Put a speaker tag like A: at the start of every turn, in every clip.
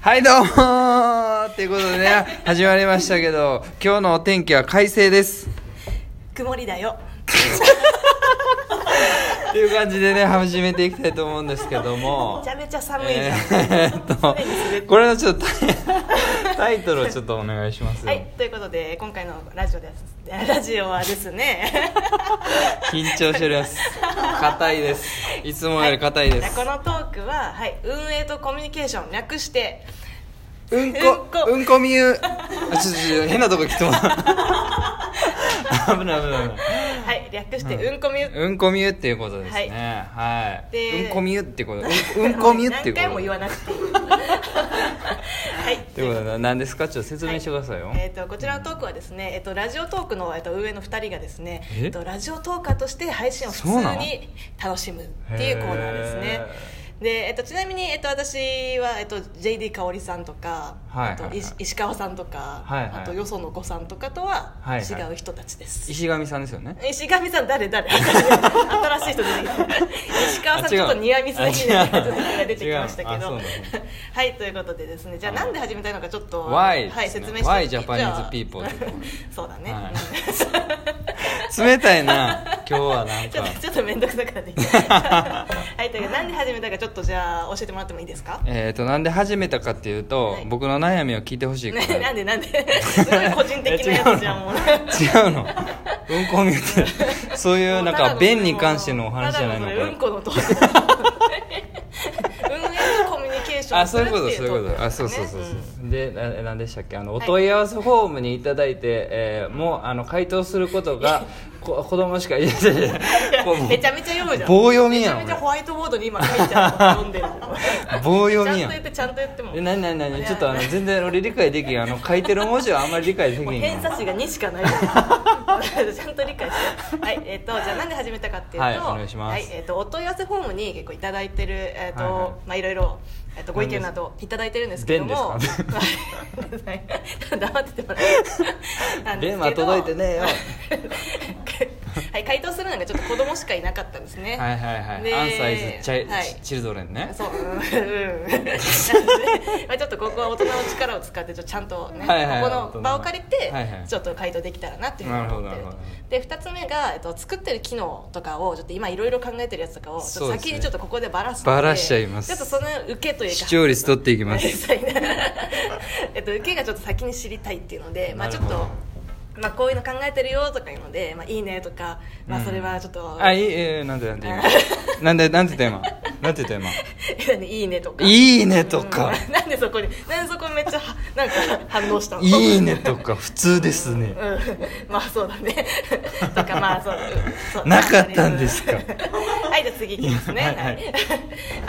A: はいどうもーっていうことでね始まりましたけど今日のお天気は快晴です
B: 曇りだよ
A: っていう感じでね始めていきたいと思うんですけども
B: めちゃめちゃ寒いじ
A: え
B: ゃん、
A: ーっと
B: 常に滑ってる
A: これのちょっとタイタイトルをちょっとお願いしますよ、
B: はいということで今回のラジオですラジオはですね
A: 緊張しております硬いですいつもより硬いです、
B: このトークは、はい、運営とコミュニケーション略して
A: うんこ
B: うんこ
A: うんこみゆあちょっとちょっと変なとこ来てもらう危ない危ない危ない
B: はい略してうんこみゆ、
A: うんこみゆっていうことですねはい、
B: で
A: うんこみゆって ことうんうんこみゆっていう
B: 何
A: こ
B: 回
A: と
B: も言わ
A: い
B: なくていい はい
A: ということで何ですかちょっと説明してくださいよ、
B: えー、とこちらのトークはですね、えっとラジオトークの、えっと上の2人がですね、
A: え
B: えっとラジオトーカーとして配信を普通
A: そうなの
B: に楽しむっていうコーナーですね
A: へ
B: で、えっとちなみに、えっと私は、えっと JD 香織さんとか、
A: はいはいはい
B: あと石石川さんとか、
A: はいはい
B: あとよその子さんとかとは
A: はい
B: 違
A: はいう
B: 人たちです、
A: 石神さんですよね
B: 石神さん 誰誰新しい人出てきた石川さん
A: あ違
B: ち
A: う
B: ょっとニアミス的
A: あ違う
B: な人が出てきました
A: 違
B: け
A: うあそう
B: ど
A: なんだ
B: はいということでですねじゃあなんで始めたいのかちょっと
A: Why
B: はい、
A: ですね
B: 説明して
A: Why Japanese people
B: じゃあ そうだね、
A: は
B: ち
A: 冷たい な今日はなん
B: ょっと
A: か
B: ちょっと面倒くさくなって きたはいということでなんで始めたかちょっとじゃあ教えてもらってもいいですか
A: えっ、となんで始めたかっていうと、
B: はい
A: 僕の悩みを聞いてほしいから
B: ねなんで なんですごい個人的なやつじゃんもう
A: 違うのうんこみゆってそういう なんか便に関してのお話じゃないの
B: た
A: か
B: だそれうんこのトーク運営とコミュニケーションを
A: あ
B: す
A: そう
B: る
A: い
B: っ
A: う
B: て
A: ことそう
B: い
A: いうこと
B: うトーク
A: あ
B: です
A: そ
B: ね
A: うそうそうそう
B: うん
A: でななんでしたっけあのお
B: はい
A: 問い合わせフォームにいただいて、えーもうあの回答すること がこ子供しかいないやいやいやこう
B: めちゃめちゃ読むじゃん
A: 棒読みやん
B: めちゃめちゃホワイトボードに今書いてあるの読んでる
A: 棒読みやん
B: ちゃんと言ってちゃんと言っても
A: え何何何ちょっとあの全然俺理解できんあの書いてる文字はあんまり理解できん
B: もう
A: の
B: 偏差値が2しか ないちゃんと理解してはいえっ、とじゃあなんで始めたかっていうと
A: はいお願いします
B: はいえー、とお問い合わせフォームに結構いただいてるえっ、と、
A: はいはい
B: まあいろいろえっとご意見などいただいてるんですけども
A: 便ですか
B: はい 黙っててもらえなんですけど
A: 電話届いてねえよ
B: はい回答するのがちょっと子供しかいなかったんですね
A: はいはいはい、
B: で
A: アンサイズチャイ、
B: はい
A: チルドレンね
B: そ う、うん、うん、なんで、まあ、ちょっとここは大人の力を使って、ちょっとちゃんとね、
A: はいはいはい
B: ここの場を借りて
A: はいはい、
B: ちょっと回答できたらなっていうふうに思ってる
A: なるほどなるほ
B: と
A: ど。
B: で、二つ目が、えっと、作ってる機能とかを、ちょっと今いろいろ考えてるやつとかを、ちょっ
A: そう
B: と
A: ですね
B: 先にちょっとここでばらすので。
A: ばらしちゃいます
B: ちょっとその受けというか。
A: 視聴率取っていきます
B: えっと、受けがちょっと先に知りたいっていうので、まあ、ちょっ
A: なるほ
B: と。まあ、こういうの考えてるよとかいうので、まあ、いいねとか、まあ、それはちょっと。
A: あいいえーなんでなん で今なんでなんてテーマなんてテーマ
B: 何いいねとか
A: いいねとか
B: うんなんでそこになんでそこめっちゃはなんか反応したの
A: いいねとか普通ですね
B: うんまあそうだね とかまあそうそう
A: なかったんですか
B: はいじゃあ次い きます ね
A: はいはい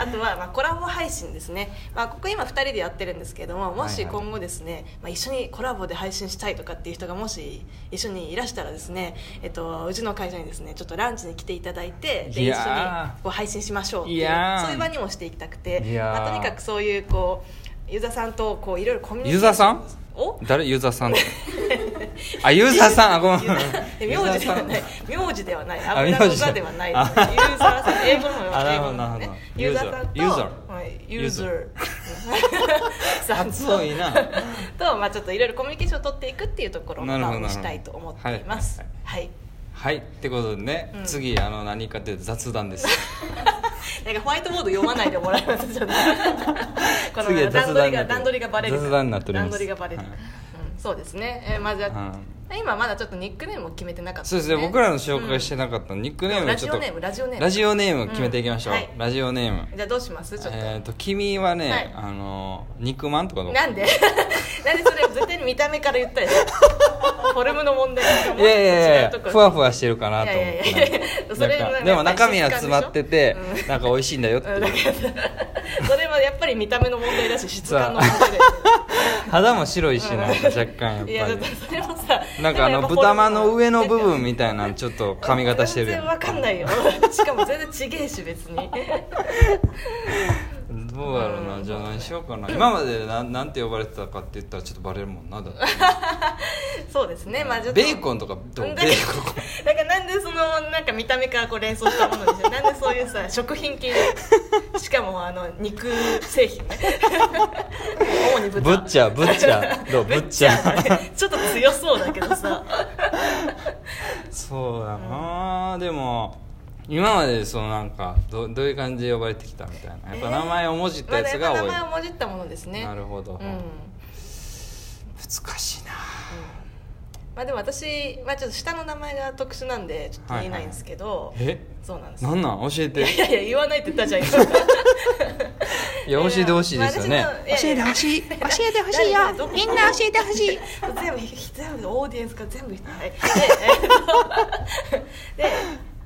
B: あとは、まあ、コラボ配信ですね、まあ、ここ今2人でやってるんですけどもも
A: はい
B: し
A: はい
B: 今後ですね、まあ、一緒にコラボで配信したいとかっていう人がもし一緒にいらしたらですね、えっと、うちの会社にですねちょっとランチに来ていただいてで
A: い
B: 一緒
A: や
B: に
A: ー
B: こう配信しましょうって
A: い
B: いう
A: やー
B: そういう場にもしていきたくて
A: い、やー
B: まあ、とにかくそういうこうユーザーさんとこういろいろコミュニケーション
A: ユーザーさん
B: お
A: 誰ユーザーさんあユーザーさんあごめん
B: え
A: ユーザ
B: 名
A: ー
B: 字で
A: さ
B: は
A: ん
B: ない名字ではな
A: あ
B: い油の
A: 名字じゃ
B: 座ではないユ
A: あ
B: ーザーさん英語のも
A: あな
B: 英
A: るほど
B: 語のも
A: なる
B: ね
A: ほど
B: ユーザーさんと
A: ユーザー
B: はい
A: ユ
B: ユ
A: ー
B: ー
A: ザ
B: ザ
A: ー
B: ー さんと
A: 熱いな
B: とまあちょっといろいろコミュニケーションを取っていくっていうところを
A: なるほど
B: まあしたいと思っていますはい
A: はいってことでね、
B: うん
A: 次あの何かっていうと雑談です
B: なんかホワイトボード読まないでもらえますちょっとこ
A: 次は
B: の
A: 雑
B: 段
A: 談
B: 取
A: に
B: り
A: な
B: が
A: ってる
B: 段取りがバレる
A: 雑談になっております
B: 段取りがバレる
A: はい
B: うんそうですねえーまあじゃ
A: は
B: あ今まだちょっとニックネームを決めてなかった
A: そうですね僕らの紹
B: う
A: 介
B: ん
A: してなかった、ニックネーム
B: ラ
A: ち
B: ジ
A: ょっ
B: オ
A: と
B: ネームラジオネーム
A: ラジオネーム決めていきましょう、
B: うんはい
A: ラジオネーム
B: じゃあどうしますちょっと、
A: えっ、と君はね、
B: はい
A: あの肉まんとかどう
B: なんで なんでそれ絶対に見た目から言ったでしょフォルムの問題だと
A: い
B: 思う
A: やいやい
B: 違うと
A: や
B: こ
A: ふわふわしてるかなと思っ
B: いやいやいやい
A: て
B: や
A: なん
B: それ
A: か
B: なんか
A: でも中身は
B: やっぱり
A: 詰まってて
B: 質感でしょ
A: なんか美味しいんだよって
B: う
A: い
B: ん
A: う
B: だ からそれはやっぱり見た目の問題だし質感の問題だ
A: 肌も白いしなんか若干やっぱ
B: よいやだっ
A: り
B: てそれもさ
A: なんかあの
B: でもやっぱ
A: 豚まんの上の
B: フォル
A: 部
B: ム
A: 分みたいなちょっと髪型してる
B: 全
A: や
B: 然わかんないよ しかも全然ちげえし別に
A: んどうやろうなじゃあ何しようかな今までなんなんて呼ばれてたかって言ったらちょっとバレるもんなだって
B: そうですねまあちょっと
A: ベーコンとかどうベ
B: う
A: ー
B: ん
A: コ
B: だだからなんでそのなんか見た目からこう連想したものにしてなんでそういうさ食品系しかもあの肉製品ね 主ね
A: ぶっちゃぶっちゃどうぶっちゃ
B: ちょっと強そうだけどさ
A: そうだな、でも今までそのなんかどどういう感じで呼ばれてきたみたいなやっぱ名前をもじったやつが多い、
B: まあやっぱ名前をもじったものですね
A: なるほど、
B: うん
A: 難しいな
B: まあでも私、まあ、ちょっと下の名前が特殊なんでちょっと言えないんですけど、
A: え
B: そうなんです
A: なんなん教えてい
B: いやいや言わないって言ったじゃん今
A: や教えてほしい ですよね、
B: まあ私のいやいや
C: しい教えてほ
B: しいよみんな
C: 教えてほしい
B: 全部全部オーディエンスから全部はいでえっとで、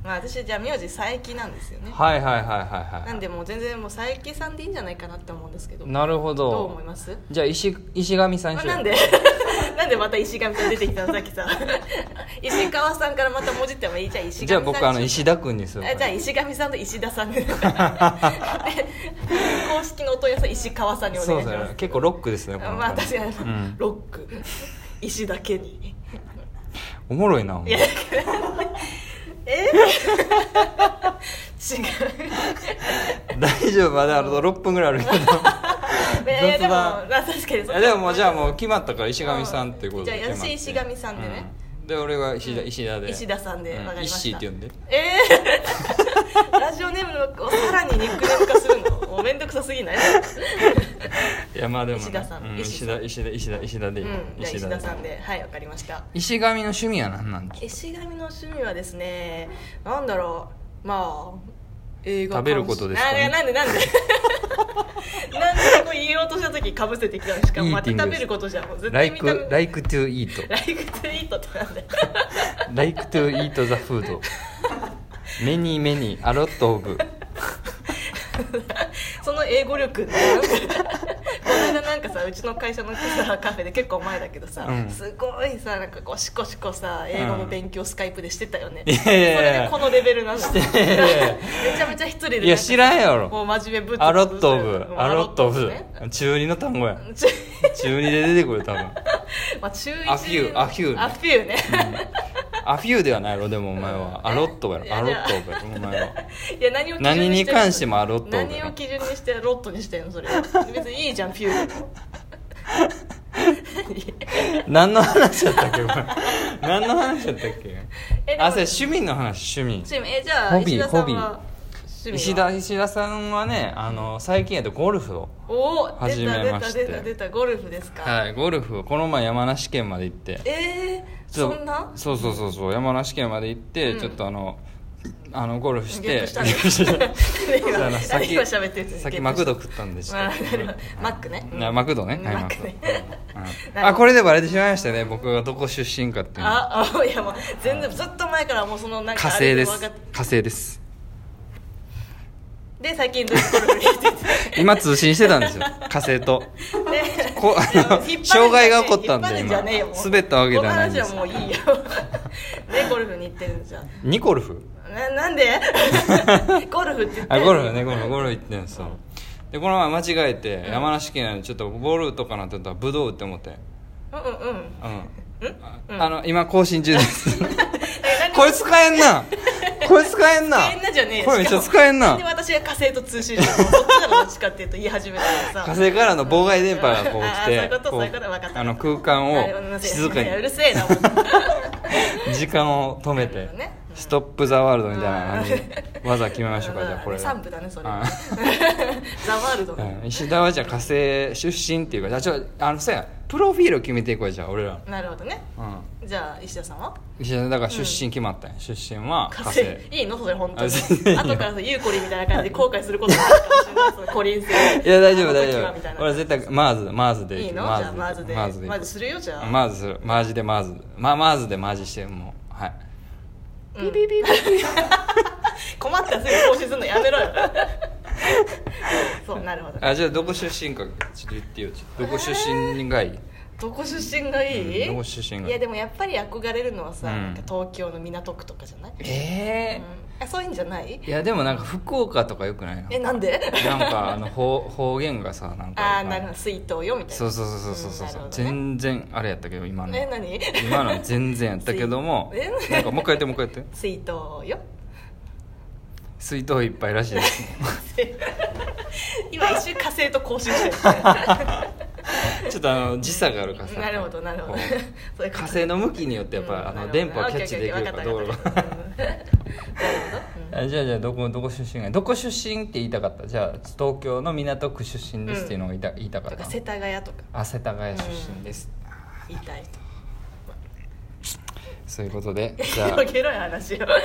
B: まあ、私じゃあ名字佐伯なんですよね
A: はいはいはいはいはい
B: なんでもう全然もう佐伯さんでいいんじゃないかなって思うんですけど
A: なるほど
B: どう思います
A: じゃあ石石上さんに
B: あ
A: しよう
B: なんでなんでまた石上さん出てきたのさっきさ石川さんからまたもじってもいいじゃあ石上
A: じゃ
B: さ
A: あ
B: んにしよう
A: 僕あの石田君にする
B: あじゃあ石上さんと石田さんでで公式のお問い合わせは石川さんにお
A: そ
B: 願
A: う
B: いし
A: だ
B: ま
A: よ
B: す
A: 結構ロックですねこの
B: まあ確かに、
A: うん
B: ロック石だけに
A: おもろいなお前
B: いやえー違う
A: 大丈夫まだあと6分ぐらいあるけど
B: えー、で
A: 雑
B: も
A: 談
B: まあ確かに
A: いやでももうじゃあもう決まったから石上さんってことで
B: うんじゃあ
A: 決まって
B: 私石上さんでね、
A: うんで俺が石田,、石田で
B: 石田さんで
A: う
B: わかりました
A: 石って呼んで
B: えー、 ラジオネームをさらにニックネーム化するのもうめんどくさす ぎない
A: いやまあでも、ね、
B: 石田さん
A: う
B: 石
A: 石
B: 田
A: 田石田石田石田でいい、
B: うん、じゃあ石田さんではいわかりました
A: 石上の趣味は何なんで
B: 石神の趣味はですねなんだろうまあ映画
A: 食べることですかね
B: あなんでなんで なんでこう言おうとした時かぶせてきたのしかもまた
A: Eating
B: 食べることじゃんもう絶対
A: like
B: 見た目
A: like to eat
B: ライクトゥイートってなんだよ
A: like to eat the food many many a lot of
B: その英語力ってなんかこの間なんかさうちの会社のさカフェで結構前だけどさ、
A: うん
B: すごいさなんかこうシコシコさ英語の勉強スカイプでしてたよね、
A: いやいやいや
B: それでこのレベルなのめ
A: いやいやいや
B: ちゃめちゃ一人で
A: いや知らんやろ
B: もう真面目ぶ
A: アロットオブ
B: うん
A: アロットオ
B: アロ
A: ブ
B: ね
A: 中二の単語や
B: ちゅ
A: 中二で出てくる多分
B: まあ中1
A: アフューアフュー
B: アフューね、
A: アフューではないやろでもお前はアロットや
B: い
A: ろ
B: や
A: アロットオブやろお前はい
B: や何を基準に
A: 何に
B: してるの
A: 関してもアロットオブやろ
B: 何を基準にしてロットにしてんのそれ別にいいじゃんフューでも
A: 何
B: 何
A: の話やったっけお前何の話やったっけ
B: え
A: あそれ趣味の話趣味
B: チームえじゃあ
A: ホビー
B: 石田さんは
A: ホビー
B: 趣味は
A: 石田石田さんはねあの最近やとゴルフを
B: おお
A: 初
B: 出た
A: め
B: 出
A: ま
B: た
A: して
B: 出た出たゴルフですか、
A: はいゴルフをこの前山梨県まで行って
B: えー、
A: ちょっ
B: そ
A: と
B: んな
A: そうそうそうそう山梨県まで行って、ちょっとあのあのゴルフし
B: ゲ
A: て
B: ップしたん
A: そうやな
B: です 何
A: 先
B: 今喋ってるんです
A: 先マクド食ったんでした
B: あなるほどマックねうん
A: マクドね、
B: うん
A: はい
B: マック ね
A: マクドうん
B: なるほど
A: あこれでバレてしまいましたね僕がどこ出身かっていうのは
B: ああいやもう全然ずっと前からもうそのなん
A: 火
B: かあ
A: 星
B: れ
A: で
B: 分か
A: す
B: っ
A: 火星です
B: で最近ずっとゴルフに行って て
A: 今通信してたんですよ 火星と
B: で
A: こあの
B: いや引っ張るんじゃねえ
A: 障害が起こったんで
B: 引っ張る
A: 今
B: じゃねえよもう
A: 滑ったわけではないんです
B: この話はもういいよでゴルフに行ってるんじゃん
A: ニコルフ
B: なな んで ゴルフって言って
A: あ
B: る
A: ゴルフねゴルフゴルフ行ってんですよでこの前間違えて山梨県なんでちょっとゴルフとかなってたらブドウって思って
B: うんうんうん
A: うんああの今更新中です これ
B: つ
A: 使えん なこれ使えんな
B: 使えんなじゃねえよ
A: これめっちゃ使えん
B: で
A: な
B: 私が火星と通信してるどっちからどっちかっていうと言い始めたから
A: 火
B: さ
A: 星からの妨害電波がこう来
B: あーそういう
A: て
B: こ
A: こ
B: とそういうこと分かった
A: あの空間を静かに
B: いやうるせえなもう
A: 時間を止めて
B: ね
A: ストップ・ザ・ワールドみたいな感じ
B: うん
A: で技決めましょうかじゃあこ れ
B: 3部だねそれ
A: あ
B: ザワールド
A: う
B: の
A: ん石田はじゃあ火星出身っていうかじゃあちょあのさやプロフィール決めていこうよじゃあ俺らの
B: なるほどね
A: う
B: じゃあ石田さんは
A: ん石田だから出身決まったんや出身は火
B: 火
A: 星
B: 星いいのそれ本当に
A: あ全然いいよ
B: 後からさゆうこりんみたいな感じで後悔することもある かもしれないそのコリン星
A: いや大丈
B: あ
A: 夫
B: の時
A: 大丈
B: はみたい
A: 夫
B: な
A: 俺絶対マーズマーズで
B: いい
A: く
B: のじ
A: マ
B: ゃあマー
A: ズ
B: ズ
A: で
B: で
A: マーズで
B: マーズするよじゃあ
A: マーズするマージでマーズまあマーズでマージしてもうはい
B: ビビビビ困ったらすぐ更新するのやめろ よそうなるほど
A: あじゃあどこ出身かちょっと言ってよちょっとどこ出身がいい
B: どこ出身がいい、
A: うんどこ出身がいい
B: いやでもやっぱり憧れるのはさ、
A: うん
B: なんか東京の港区とかじゃない、うん、
A: え
B: あそういうんじゃない
A: えいやでもなんか福岡とかよくないの
B: えなんで
A: なんかあの方方言がさなんか
B: ああなるほど水筒よみたいな
A: そうそうそうそうそうそう、
B: うんなるほどね
A: 全然あれやったけど今の
B: え何
A: 今の全然やったけども
B: 水 え
A: なんかもう一回やってもう一回やって
B: 水筒よ
A: 水筒いっぱいらしい ですね
B: 今一瞬火星と交信してる
A: ちょっとあの時差があるからさ
B: なるほどなるほど
A: こう
B: そういうこと
A: 火星の向きによってやっぱ、
B: うん
A: あ
B: なる
A: の
B: ほど
A: 電波をキャッチできるかどう
B: オッケーオッケーオッケーわか
A: か
B: ったわかったなるほどう ん
A: あじゃあじゃあどこどこ出身がどこ出身って言いたかったじゃあ東京の港区出身ですっていうのが言いた,、言いたか
B: と
A: っ
B: か
A: た
B: 世田谷とか
A: あ世田谷出身です、
B: 言いたいと
A: そういうこと でじゃあ
B: 広げろよ話をは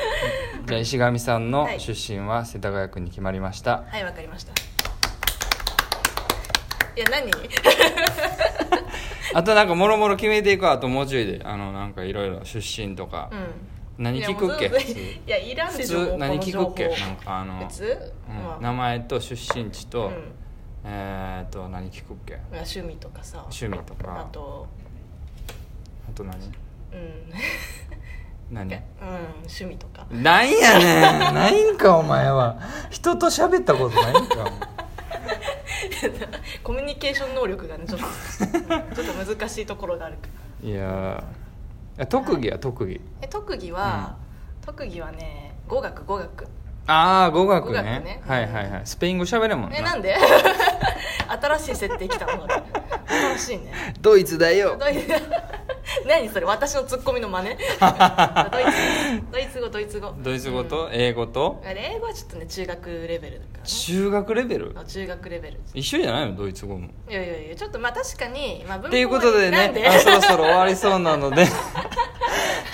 A: じゃあ石上さんの
B: はい
A: 出身は世田谷区に決まりました、
B: いわかりましたいや何
A: あとなんかもろもろ決めていくわあともうちょいであのなんかいろいろ出身とか、
B: うん
A: 何聞くっけ
B: いやもう全部いや いらん
A: 普
B: でしょも
A: 通
B: う
A: 何聞くっけ
B: この情
A: なんかあの
B: 報普通
A: うん
B: まあ
A: 名前と出身地と、
B: うん
A: えーっと何聞くっけ
B: 趣味とかさ
A: 趣味とか
B: あと
A: あと何
B: うん
A: 何
B: うん趣味とか
A: なんやね んないんかお前は人と喋ったことないんか
B: コミュニケーション能力がねち ょっとうんちょっと難しいところがあるから
A: お前いやー特技は特技
B: え特技は、特技はね語学語学
A: ああ語学ね
B: 語学ね
A: はいはいはいスペイン語喋れんもん
B: えなんで 新しい設定来たの新しいね
A: ドイツだよ
B: ドイツ 何それ私のツッコミ の真似ドイツドイツ語ドイツ語
A: ドイツ語と英語と
B: あれ英語はちょっとね中学レベルだからね
A: 中学レベル
B: あ中学レベル
A: 一緒じゃないのドイツ語も
B: いやいやいやちょっとまあ確かに、まあ、文法
A: っていうことで
B: なん
A: ねあそろそろ終わりそうな ので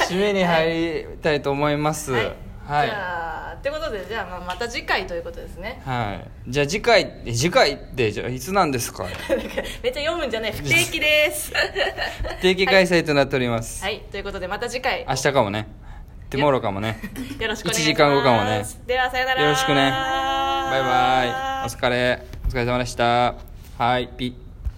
A: 締めに入りたいと思います
B: はい、
A: はい
B: じゃあってことでじゃあまあまた次回ということです ね
A: はい、じゃあ次回え次回ってじゃあいつなんですか
B: なんかめっちゃ読むんじゃない不定期です
A: 定期開催となっております、
B: はいということでまた次回よ
A: 明日かもねテモロかもね
B: ろしくお願いします
A: 一時間後かもね
B: ではさよなら
A: よろしくねバイバイお疲れお疲れ様でしたはいピッ